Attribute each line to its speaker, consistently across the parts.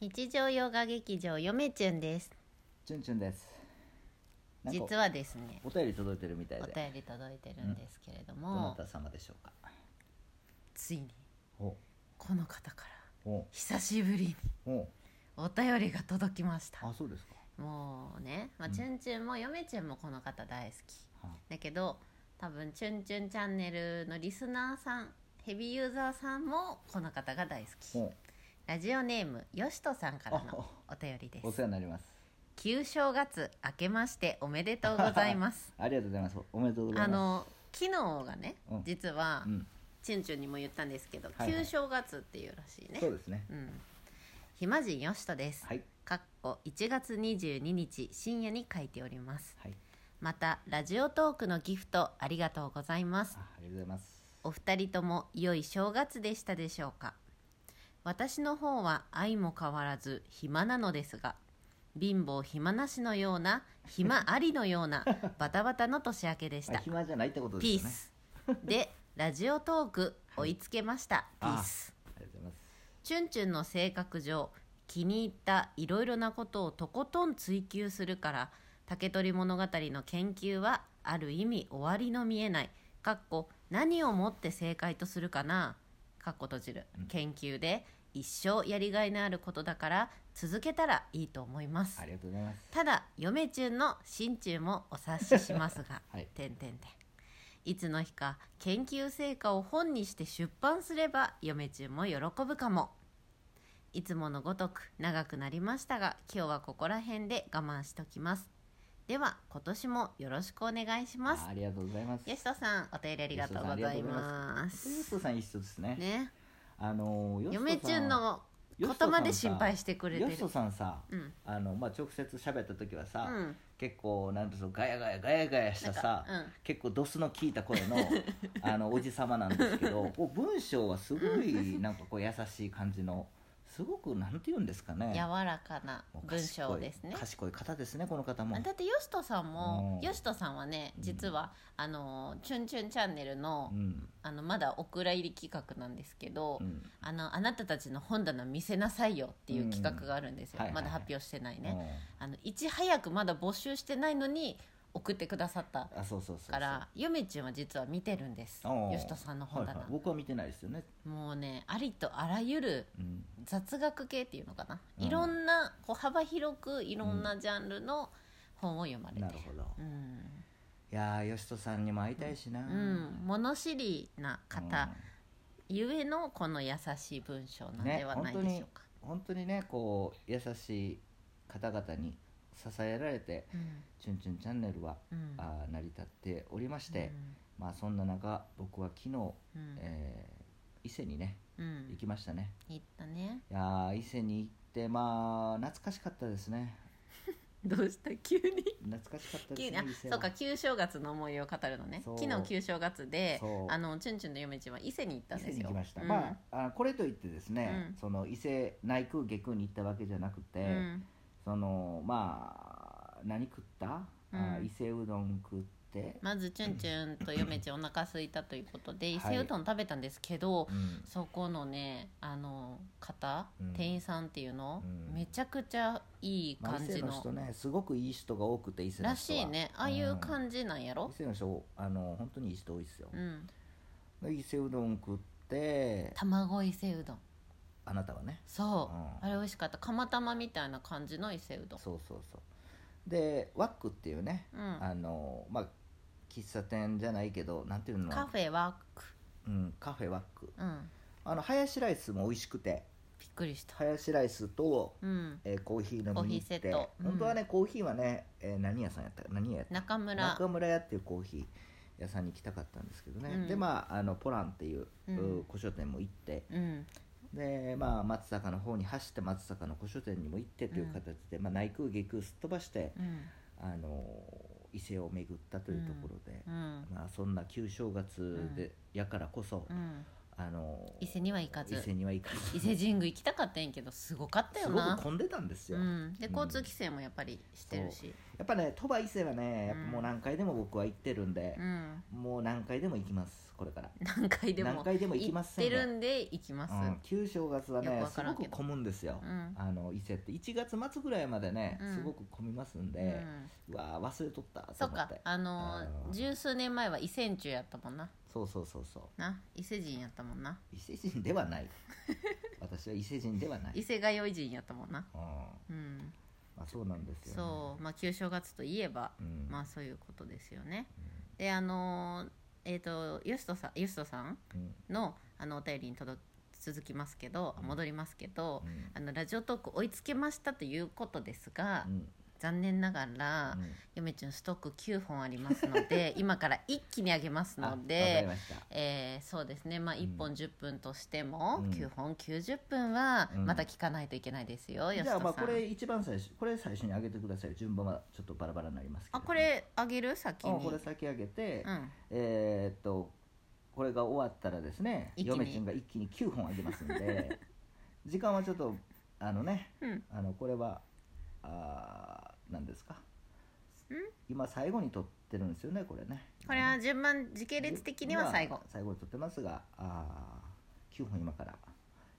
Speaker 1: 日常洋画劇場よめちゅんです
Speaker 2: チュンチュンです。なんか
Speaker 1: 実はですね
Speaker 2: お便り届いてるみたい
Speaker 1: お
Speaker 2: で。
Speaker 1: 便り届いてるんですけれど
Speaker 2: どな
Speaker 1: も、
Speaker 2: た様でしょうか。
Speaker 1: ついに
Speaker 2: お
Speaker 1: この方から
Speaker 2: お
Speaker 1: 久しぶりに
Speaker 2: お
Speaker 1: お便りが届きました
Speaker 2: あそうですか。
Speaker 1: もうね、まあ、
Speaker 2: うん
Speaker 1: チュンチュンもよめちゅんもこの方大好き
Speaker 2: は
Speaker 1: だけど多分チュンチュンチャンネルのリスナーさんヘビーユーザーさんもこの方が大好き
Speaker 2: お
Speaker 1: ラジオネームよしとさんからのお便りで
Speaker 2: お
Speaker 1: す
Speaker 2: 世話になります。
Speaker 1: 旧正月明けましておめでとうございます
Speaker 2: ありがとうございます。おめでとうござ
Speaker 1: あ
Speaker 2: いま
Speaker 1: の昨日がね、
Speaker 2: うん
Speaker 1: 実は、
Speaker 2: す。うん
Speaker 1: チュンチュンにも言ったんですけど、
Speaker 2: はいは
Speaker 1: 旧
Speaker 2: い
Speaker 1: 正月っていうらしいね
Speaker 2: そうですね。
Speaker 1: うん暇人よしとです、
Speaker 2: はい
Speaker 1: かっこ1月22日深夜に書いております
Speaker 2: はい
Speaker 1: またラジオトークのギフトありがとうございます
Speaker 2: あありがとうございます。
Speaker 1: お二人とも良い正月でしたでしょうか私の方は愛も変わらず暇なのですが貧乏暇なしのような暇ありのようなバタバタの年明けでし
Speaker 2: あ
Speaker 1: た
Speaker 2: 暇じゃないってこと
Speaker 1: ピ
Speaker 2: で
Speaker 1: ー
Speaker 2: すよね。
Speaker 1: スでラジオトーク追いつけました、
Speaker 2: はい
Speaker 1: ピース
Speaker 2: ありがとうございます。
Speaker 1: チュンチュンの性格上気に入ったいろいろなことをとことん追求するから竹取物語の研究はある意味終わりの見えないかっこ何をもって正解とするかなかっこ閉じる
Speaker 2: うん
Speaker 1: 研究で一生やりがいのあることだから続けたらいいと思います
Speaker 2: ありがとうございます。、
Speaker 1: ただ嫁チュンの心中もお察ししますが
Speaker 2: はい
Speaker 1: 点々点いつの日か研究成果を本にして出版すれば嫁チュンも喜ぶかもいつものごとく長くなりましたが今日はここら辺で我慢しときますでは今年もよろしくお願いします
Speaker 2: あありがとうございます。
Speaker 1: よしとさんお便りありがとうございま
Speaker 2: ヨ
Speaker 1: す
Speaker 2: シトさん一緒ですね。
Speaker 1: ね
Speaker 2: あのヨシトさん
Speaker 1: 嫁チュンのことまで心配してくれて
Speaker 2: ヨ
Speaker 1: る
Speaker 2: シトさんさ
Speaker 1: うん
Speaker 2: あのまあ直接喋った時は
Speaker 1: う
Speaker 2: さ、
Speaker 1: ん
Speaker 2: 結構なんていうのガヤガヤガヤガヤし
Speaker 1: な
Speaker 2: た
Speaker 1: んか
Speaker 2: さ、
Speaker 1: うん
Speaker 2: 結構ドスの効いた声 のあのおじさまなんですけどこう文章はすごいなんかこう優しい感じのすごくなんて言うんですかね
Speaker 1: 柔らかな
Speaker 2: もう
Speaker 1: 文
Speaker 2: 賢い
Speaker 1: 章ですね
Speaker 2: 賢い方ですねこの方も
Speaker 1: あだってよしとさんも
Speaker 2: うん
Speaker 1: よしとさんはね
Speaker 2: うん
Speaker 1: 実は、あの「チュンチュンチャンネルの」
Speaker 2: うん
Speaker 1: あのまだお蔵入り企画なんですけど、
Speaker 2: うん
Speaker 1: あのあなたたちの本棚見せなさいよっていう企画があるんですよ、
Speaker 2: うんはいはい
Speaker 1: ま
Speaker 2: はい
Speaker 1: だ発表してないね、あのいち早くまだ募集してないのに送ってくださった
Speaker 2: うんあそうそうそうそう
Speaker 1: からゆめちゅんは実は見てるんです
Speaker 2: おー
Speaker 1: よしとさんの
Speaker 2: はい
Speaker 1: 本
Speaker 2: は
Speaker 1: 棚、
Speaker 2: い、僕は見てないですよね、
Speaker 1: もうねありとあらゆる
Speaker 2: うん、
Speaker 1: 雑学系っていうのかな、
Speaker 2: うん
Speaker 1: いろんなこう幅広くいろんなジャンルの本を読まれて
Speaker 2: な
Speaker 1: る
Speaker 2: るほど
Speaker 1: うん
Speaker 2: いやー吉人さんにも会いたいしな、
Speaker 1: うん、物知りな
Speaker 2: うん
Speaker 1: 方、ゆえのこの優しい文章なんではないでしょうか、
Speaker 2: 本当にねこう優しい方々に支えられて「チュンチュンチャンネルは」
Speaker 1: うんうん
Speaker 2: あー成り立っておりまして、まあそんな中僕は昨日、
Speaker 1: うんうん
Speaker 2: えー伊勢にね
Speaker 1: うん
Speaker 2: 行きましたね、
Speaker 1: 行ったね
Speaker 2: いやー伊勢に行ってまあ懐かしかったですね
Speaker 1: どうした急に
Speaker 2: 懐かしかったで
Speaker 1: 急
Speaker 2: す
Speaker 1: にあ
Speaker 2: ね伊勢は
Speaker 1: そうか旧正月の思い出を語るのね
Speaker 2: そう
Speaker 1: 昨日旧正月で
Speaker 2: そう
Speaker 1: あのチュンチュンの嫁ちゃんは伊勢に行った
Speaker 2: 伊
Speaker 1: んで
Speaker 2: 勢
Speaker 1: す
Speaker 2: に
Speaker 1: よ
Speaker 2: 行きました、
Speaker 1: うん
Speaker 2: まああこれといってですね、
Speaker 1: うん
Speaker 2: その伊勢内宮下宮に行ったわけじゃなくて、
Speaker 1: うん
Speaker 2: そのまあ何食った、
Speaker 1: うん
Speaker 2: あー伊勢うどん食って、
Speaker 1: まずチュンチュンと嫁ちゃんお腹空いたということで
Speaker 2: い
Speaker 1: 伊勢うどん食べたんですけど、
Speaker 2: うん
Speaker 1: そこのねあの方、
Speaker 2: うん
Speaker 1: 店員さんっていうの、
Speaker 2: うん
Speaker 1: めちゃくちゃいい
Speaker 2: まあ、伊
Speaker 1: 感
Speaker 2: 勢
Speaker 1: じ
Speaker 2: の
Speaker 1: の,、
Speaker 2: 人ねすごくいい人が多くて伊勢の人は
Speaker 1: らしいねああいう感じなんや
Speaker 2: うん
Speaker 1: ろ
Speaker 2: 伊、勢の人あの本当にいい人多いですよ
Speaker 1: うん、
Speaker 2: で伊勢うどん食って
Speaker 1: 卵伊勢うどん
Speaker 2: あなたはね
Speaker 1: そう、
Speaker 2: うん
Speaker 1: あれ美味しかった釜玉みたいな感じの伊勢うどん
Speaker 2: そうそうそうでワックっていうね、
Speaker 1: うん
Speaker 2: あのまあ喫茶店じゃないけどなんていうの
Speaker 1: カフェワーク
Speaker 2: うん、カフェワック
Speaker 1: うん
Speaker 2: あのハヤシライスも美味しくて
Speaker 1: びっくりした
Speaker 2: ハヤシライスと、
Speaker 1: うん
Speaker 2: えーコーヒー飲みに行っ
Speaker 1: コー
Speaker 2: て
Speaker 1: ヒーセットうん
Speaker 2: 本当はねコーヒーはね、えー何屋さんやったか何屋やった
Speaker 1: 中村
Speaker 2: 中村屋っていうコーヒー屋さんに行きたかったんですけどね、
Speaker 1: うん
Speaker 2: でまああのポランっていう、
Speaker 1: うん
Speaker 2: う古書店も行って
Speaker 1: うん
Speaker 2: でまあ松坂の方に走って松坂の古書店にも行ってという形で、まあ、内宮外宮すっ飛ばして、
Speaker 1: うん
Speaker 2: あの伊勢を巡ったというところで、
Speaker 1: うん
Speaker 2: まあ、そんな旧正月で、やからこそ、
Speaker 1: うん
Speaker 2: あの
Speaker 1: 伊勢には行かず
Speaker 2: 伊勢には行かず
Speaker 1: 伊勢神宮行きたかったんやけどすごかったよ
Speaker 2: すご
Speaker 1: な
Speaker 2: く混んでたんですよ、
Speaker 1: うん、で
Speaker 2: うん
Speaker 1: 交通規制もやっぱりしてるし
Speaker 2: やっぱね鳥羽伊勢はねやっぱもう何回でも僕は行ってるんで
Speaker 1: う、ん
Speaker 2: もう何回でも行きますこれから
Speaker 1: 何回で
Speaker 2: 何
Speaker 1: も
Speaker 2: 回でも行き
Speaker 1: 行
Speaker 2: ま
Speaker 1: っ
Speaker 2: せん
Speaker 1: て
Speaker 2: が
Speaker 1: るんで行きます
Speaker 2: うん、旧正月は
Speaker 1: よく
Speaker 2: ね
Speaker 1: わ
Speaker 2: す
Speaker 1: から
Speaker 2: ご
Speaker 1: んけど
Speaker 2: く混むんですよ、
Speaker 1: うん
Speaker 2: あの伊勢って1月末ぐらいまでね、
Speaker 1: うん
Speaker 2: すごく混みますん
Speaker 1: う
Speaker 2: で、
Speaker 1: ん
Speaker 2: うわー忘れとったと
Speaker 1: そっ
Speaker 2: 思っ
Speaker 1: か
Speaker 2: て
Speaker 1: あの
Speaker 2: うん
Speaker 1: 十数年前は伊勢中やったもんな
Speaker 2: そうそうそうそう
Speaker 1: な伊勢神やったもんな
Speaker 2: 伊勢神ではない 私は伊勢神ではない、う
Speaker 1: 伊
Speaker 2: ん
Speaker 1: 勢通い神やったもんな
Speaker 2: ま
Speaker 1: うん
Speaker 2: あ、そうなんですよ、ね、
Speaker 1: そうまあ旧正月といえば
Speaker 2: うん、
Speaker 1: まあそういうことですよねであのえっとよしとさんよしとさん
Speaker 2: うん
Speaker 1: のあのお便りに届続きますけど戻りますけど
Speaker 2: うん
Speaker 1: あのラジオトーク追いつけましたということですが、
Speaker 2: うん
Speaker 1: 残念ながら、
Speaker 2: うん
Speaker 1: ゆめちゃんストック9本ありますの で今から一気にあげます
Speaker 2: あわか
Speaker 1: の
Speaker 2: り
Speaker 1: で、
Speaker 2: ました
Speaker 1: えーそうですね、まあ、
Speaker 2: うん
Speaker 1: 1本10分としても、
Speaker 2: うん
Speaker 1: 9本90分は
Speaker 2: うん
Speaker 1: また聞かないといけないですよ、よし
Speaker 2: じ
Speaker 1: と
Speaker 2: ゃ
Speaker 1: さ
Speaker 2: あ
Speaker 1: ん
Speaker 2: まあこれ一番最初これ最初に上げてください順番はちょっとバラバラになりますけど
Speaker 1: あこれあげる先
Speaker 2: あ
Speaker 1: に
Speaker 2: これ先上げて、
Speaker 1: うん、
Speaker 2: えーっとこれが終わったらですね
Speaker 1: 一気に
Speaker 2: 嫁ちゃんが一気に9本あげます んで時間はちょっとあのね
Speaker 1: うん、
Speaker 2: あのこれはあー何ですか今最後に撮ってるんですよねこれね
Speaker 1: これは順番時系列的には最後
Speaker 2: 今最後に撮ってますがあ9本今から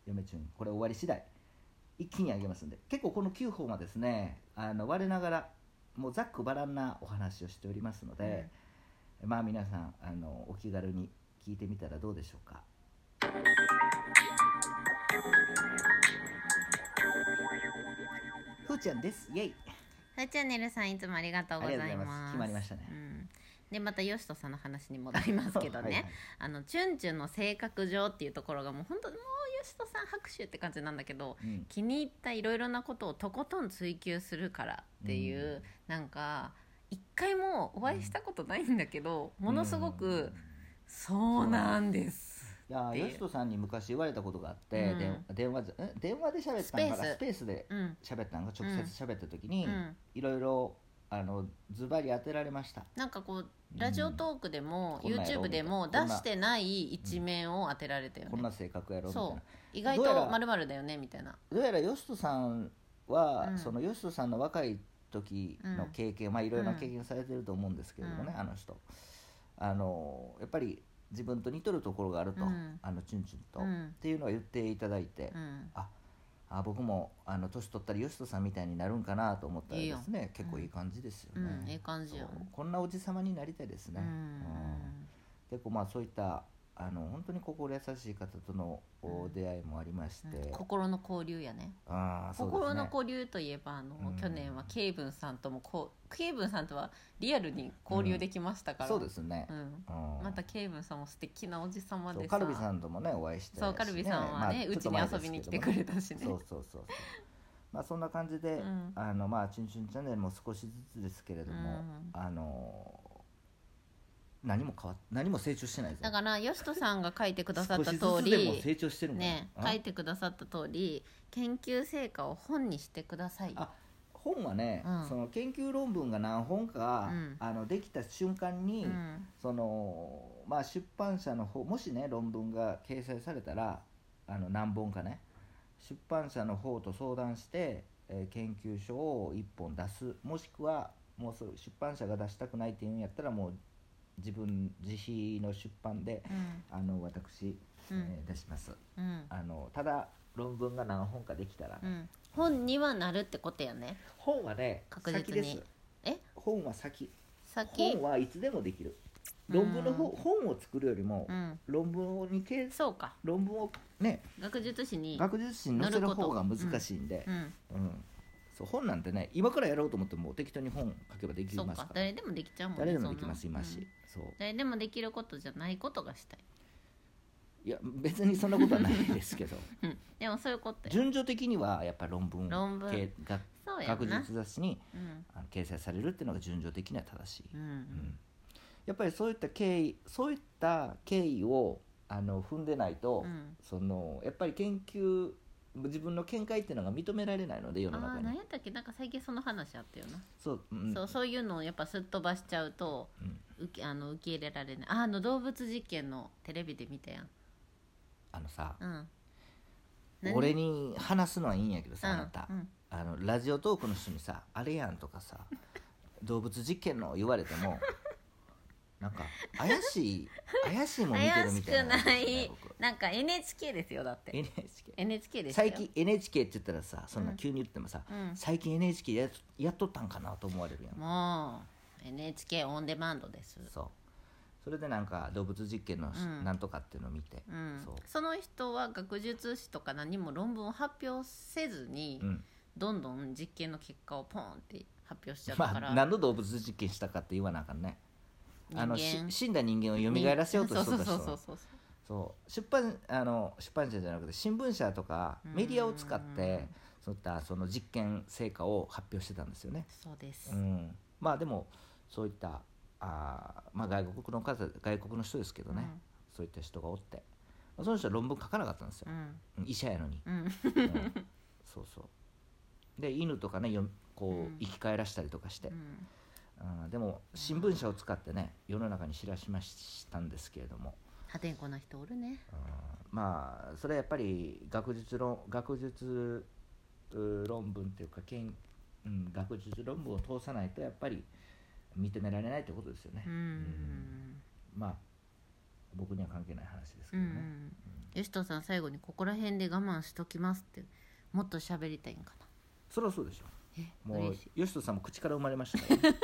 Speaker 2: 嫁ちゃんこれ終わり次第一気にあげますんで結構この9本はですねあの我ながらもうざっくばらんなお話をしておりますので、まあ皆さんあのお気軽に聞いてみたらどうでしょうかふーちゃんですイエイ
Speaker 1: ふーチャンネルさんいつもありがとうございます
Speaker 2: ありがとうございます決まりましたね
Speaker 1: うん、でまたよしとさんの話に戻りますけどね
Speaker 2: はいはい
Speaker 1: あのチュンチュンの性格上っていうところがもう本当もうよしとさん拍手って感じなんだけど
Speaker 2: うん
Speaker 1: 気に入ったいろいろなことをとことん追求するからっていう、
Speaker 2: うん
Speaker 1: なんか一回もお会いしたことないんだけど、ものすごく、
Speaker 2: うん
Speaker 1: そうなんです
Speaker 2: いや
Speaker 1: っていう
Speaker 2: よしとさんに昔言われたことがあって、
Speaker 1: うん
Speaker 2: で電話じゃん電話で喋ったんかな
Speaker 1: ス
Speaker 2: スペースで
Speaker 1: うん
Speaker 2: 喋ったんか直接喋った時
Speaker 1: う
Speaker 2: に、
Speaker 1: ん
Speaker 2: いろいろあのズバリ当てられました
Speaker 1: なんかこうラジオトークでも、
Speaker 2: うんこんなんやろ
Speaker 1: YouTube でも
Speaker 2: み
Speaker 1: 出
Speaker 2: たいな
Speaker 1: してない一面を当てられたよね、
Speaker 2: こんな性格やろみたい
Speaker 1: そ
Speaker 2: な
Speaker 1: う意外
Speaker 2: どうや
Speaker 1: と
Speaker 2: ら
Speaker 1: まるまるだよねみたいな
Speaker 2: どうやらよしとさんは、
Speaker 1: うん
Speaker 2: そのよしとさんの若い時の経験、まあいろいろな経験されてると思うんですけれどもね、
Speaker 1: うん
Speaker 2: あの人あのやっぱり自分と似とるところがあると、
Speaker 1: うん
Speaker 2: あのチュンチュンと、
Speaker 1: うん
Speaker 2: っていうのは言っていただいて、
Speaker 1: うん
Speaker 2: あ僕もあの年取ったらよしとさんみたいになるんかなと思ったらですね結構いい感じですよ
Speaker 1: う
Speaker 2: ね、
Speaker 1: んいい感じよ
Speaker 2: そうこんなおじさまになりたいですね、
Speaker 1: うん
Speaker 2: うん結構まあそういったあの本当に心優しい方との
Speaker 1: う
Speaker 2: お
Speaker 1: ん
Speaker 2: 出会いもありまして、
Speaker 1: うん心の交流やね
Speaker 2: ああそうですね
Speaker 1: 心の交流といえばあの、
Speaker 2: うん
Speaker 1: 去年はケイブンさんともこうケイブンさんとはリアルに交流できましたから、
Speaker 2: そうですね
Speaker 1: う、ん
Speaker 2: うん
Speaker 1: またケイブンさんも素敵なおじさま
Speaker 2: そ
Speaker 1: で
Speaker 2: う
Speaker 1: さ
Speaker 2: カルビさんともねお会いして
Speaker 1: そうカルビさんはねうち、に遊びに来てくれたしね
Speaker 2: そうそうそうそうまあそんな感じで、
Speaker 1: うん
Speaker 2: あのまあ「チュンチュンチャンネル」も少しずつですけれども、
Speaker 1: うん
Speaker 2: あの何も変わっ何も成長してないぞ
Speaker 1: だからよしとさんが書いてくださった通
Speaker 2: 少しずつでも
Speaker 1: り
Speaker 2: 成長してるもん
Speaker 1: ね
Speaker 2: あ
Speaker 1: 書いてくださった通り研究成果を本にしてください
Speaker 2: あ本はね、
Speaker 1: うん
Speaker 2: その研究論文が何本か、
Speaker 1: うん
Speaker 2: あのできた瞬間
Speaker 1: う
Speaker 2: に、
Speaker 1: ん
Speaker 2: そのまあ出版社の方もしね論文が掲載されたらあの何本かね出版社の方と相談して、えー研究書を1本出すもしくはもうそう出版社が出したくないっていうんやったらもう自分自費の出版で
Speaker 1: うん
Speaker 2: あの私、
Speaker 1: うん
Speaker 2: えー出します
Speaker 1: うん
Speaker 2: あのただ論文が何本かできたら、
Speaker 1: うん本にはなるってことやね
Speaker 2: 本はね
Speaker 1: 確実に
Speaker 2: 先です
Speaker 1: え
Speaker 2: 本は先
Speaker 1: 先
Speaker 2: 本はいつでもできる論文の方
Speaker 1: う
Speaker 2: 本を作るよりも、
Speaker 1: うん
Speaker 2: 論文をに掲
Speaker 1: そうか
Speaker 2: 論文をね
Speaker 1: 学術誌に
Speaker 2: 学術誌に載せる方が難しいんで、
Speaker 1: うん
Speaker 2: うんそう本なんてね今からやろうと思っても適当に本書けばでき
Speaker 1: そ
Speaker 2: ま
Speaker 1: う
Speaker 2: す
Speaker 1: か
Speaker 2: から
Speaker 1: 誰でもできちゃうもんね
Speaker 2: 誰でもできます
Speaker 1: そんな
Speaker 2: 今し、
Speaker 1: うん
Speaker 2: そう
Speaker 1: 誰でもできることじゃないことがしたい、
Speaker 2: いや別にそんなことはないで すけど
Speaker 1: うん、でもそういうことや
Speaker 2: 順序的にはやっぱり論文
Speaker 1: 論文
Speaker 2: けが
Speaker 1: そうや
Speaker 2: 学
Speaker 1: んな
Speaker 2: 術雑誌に
Speaker 1: うん
Speaker 2: あの掲載されるっていうのが順序的には正しい、
Speaker 1: う
Speaker 2: うんんやっぱりそういった経緯そういった経緯をあの踏んでないと、
Speaker 1: うん
Speaker 2: そのやっぱり研究自分の見解っていうのが認められないので世
Speaker 1: あ
Speaker 2: の中
Speaker 1: あ
Speaker 2: に
Speaker 1: 何やったっけなんか最近その話あったよな、
Speaker 2: そう,、うん、
Speaker 1: そうそういうのをやっぱすっ飛ばしちゃうと、
Speaker 2: うん
Speaker 1: 受けあの受け入れられないああの動物実験のテレビで見たやん
Speaker 2: あのさ
Speaker 1: うん
Speaker 2: 俺に話すのはいいんやけどさ、
Speaker 1: うん
Speaker 2: あなた、
Speaker 1: うん
Speaker 2: あのラジオトークの人にさ「あれやん」と かさ「動物実験の」言われてもなんか怪しい怪しいもん見てるみたいな
Speaker 1: 怪しくない
Speaker 2: 僕
Speaker 1: なんか NHK ですよだって
Speaker 2: NHK
Speaker 1: NHK ですよ
Speaker 2: 最近 NHK って言ったらさそんな急に言ってもさ、
Speaker 1: うん
Speaker 2: 最近 NHK やっやっとったんかなと思われるやん、
Speaker 1: もう NHK オンデマンドです
Speaker 2: そうそれでなんか動物実験のし、
Speaker 1: うん
Speaker 2: なんとかっていうのを見て、
Speaker 1: うん
Speaker 2: そう、
Speaker 1: その人は学術誌とか何も論文を発表せずに、
Speaker 2: うん、
Speaker 1: どんどん実験の結果をポンって発表しちゃった
Speaker 2: ま
Speaker 1: か
Speaker 2: あ
Speaker 1: ら、
Speaker 2: 何の動物実験したかって言わなあかんねあのし死んだ人間を蘇らせようとしとった人
Speaker 1: そうそうそうそうそう
Speaker 2: そう出版あの出版社じゃなくて新聞社とか
Speaker 1: うん
Speaker 2: メディアを使ってそういったその実験成果を発表してたんですよね。
Speaker 1: そうです、
Speaker 2: うん、まあでもそういったあー、まあ、外国の方外国の人ですけどね、
Speaker 1: うん
Speaker 2: そういった人がおって、まあ、その人は論文書かなかったんですよ
Speaker 1: う、ん
Speaker 2: 医者や のに。
Speaker 1: うん
Speaker 2: うんそうそうで犬とかねよこ
Speaker 1: う
Speaker 2: うん生き返らしたりとかして
Speaker 1: う、ん
Speaker 2: うん、でも新聞社を使ってね世の中に知らしましたんですけれども。
Speaker 1: 破天荒な人おるね
Speaker 2: うんまあそれはやっぱり学術論学術う論文っていうか研、うん、学術論文を通さないとやっぱり認められないってことですよね、
Speaker 1: うん、
Speaker 2: まあ僕には関係ない話です
Speaker 1: う
Speaker 2: けどね、
Speaker 1: んよしとさん最後にここら辺で我慢しときますってもっと喋りたいんかな
Speaker 2: そりゃそうでしょ
Speaker 1: え
Speaker 2: も
Speaker 1: 嬉
Speaker 2: う
Speaker 1: しい
Speaker 2: 吉人さんも口から生まれ ましたから、ね、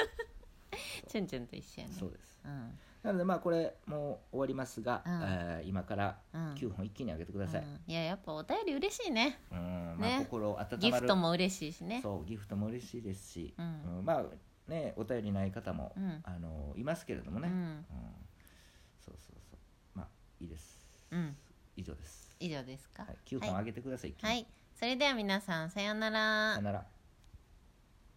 Speaker 1: チュンチュンと一緒やね
Speaker 2: そうです
Speaker 1: うん
Speaker 2: なのでまあこれもう終わりますが、
Speaker 1: うん
Speaker 2: えー今から
Speaker 1: うん
Speaker 2: 9本一気に上げてください、うん
Speaker 1: うん、いややっぱお便り嬉しいね
Speaker 2: まあ、
Speaker 1: ね
Speaker 2: 心温まる
Speaker 1: ギフトも嬉しいしね
Speaker 2: そうギフトも嬉しいですし、
Speaker 1: うん
Speaker 2: うんまあねお便りない方も、
Speaker 1: うん
Speaker 2: あのいますけれどもね、
Speaker 1: う
Speaker 2: うん
Speaker 1: ん、
Speaker 2: そうそうそうまあいいです、
Speaker 1: うん
Speaker 2: 以上です、
Speaker 1: 以上ですか
Speaker 2: はい、9本
Speaker 1: は
Speaker 2: 上
Speaker 1: い、
Speaker 2: げてください、一気に
Speaker 1: はいそれでは皆さんさようなら
Speaker 2: さよなら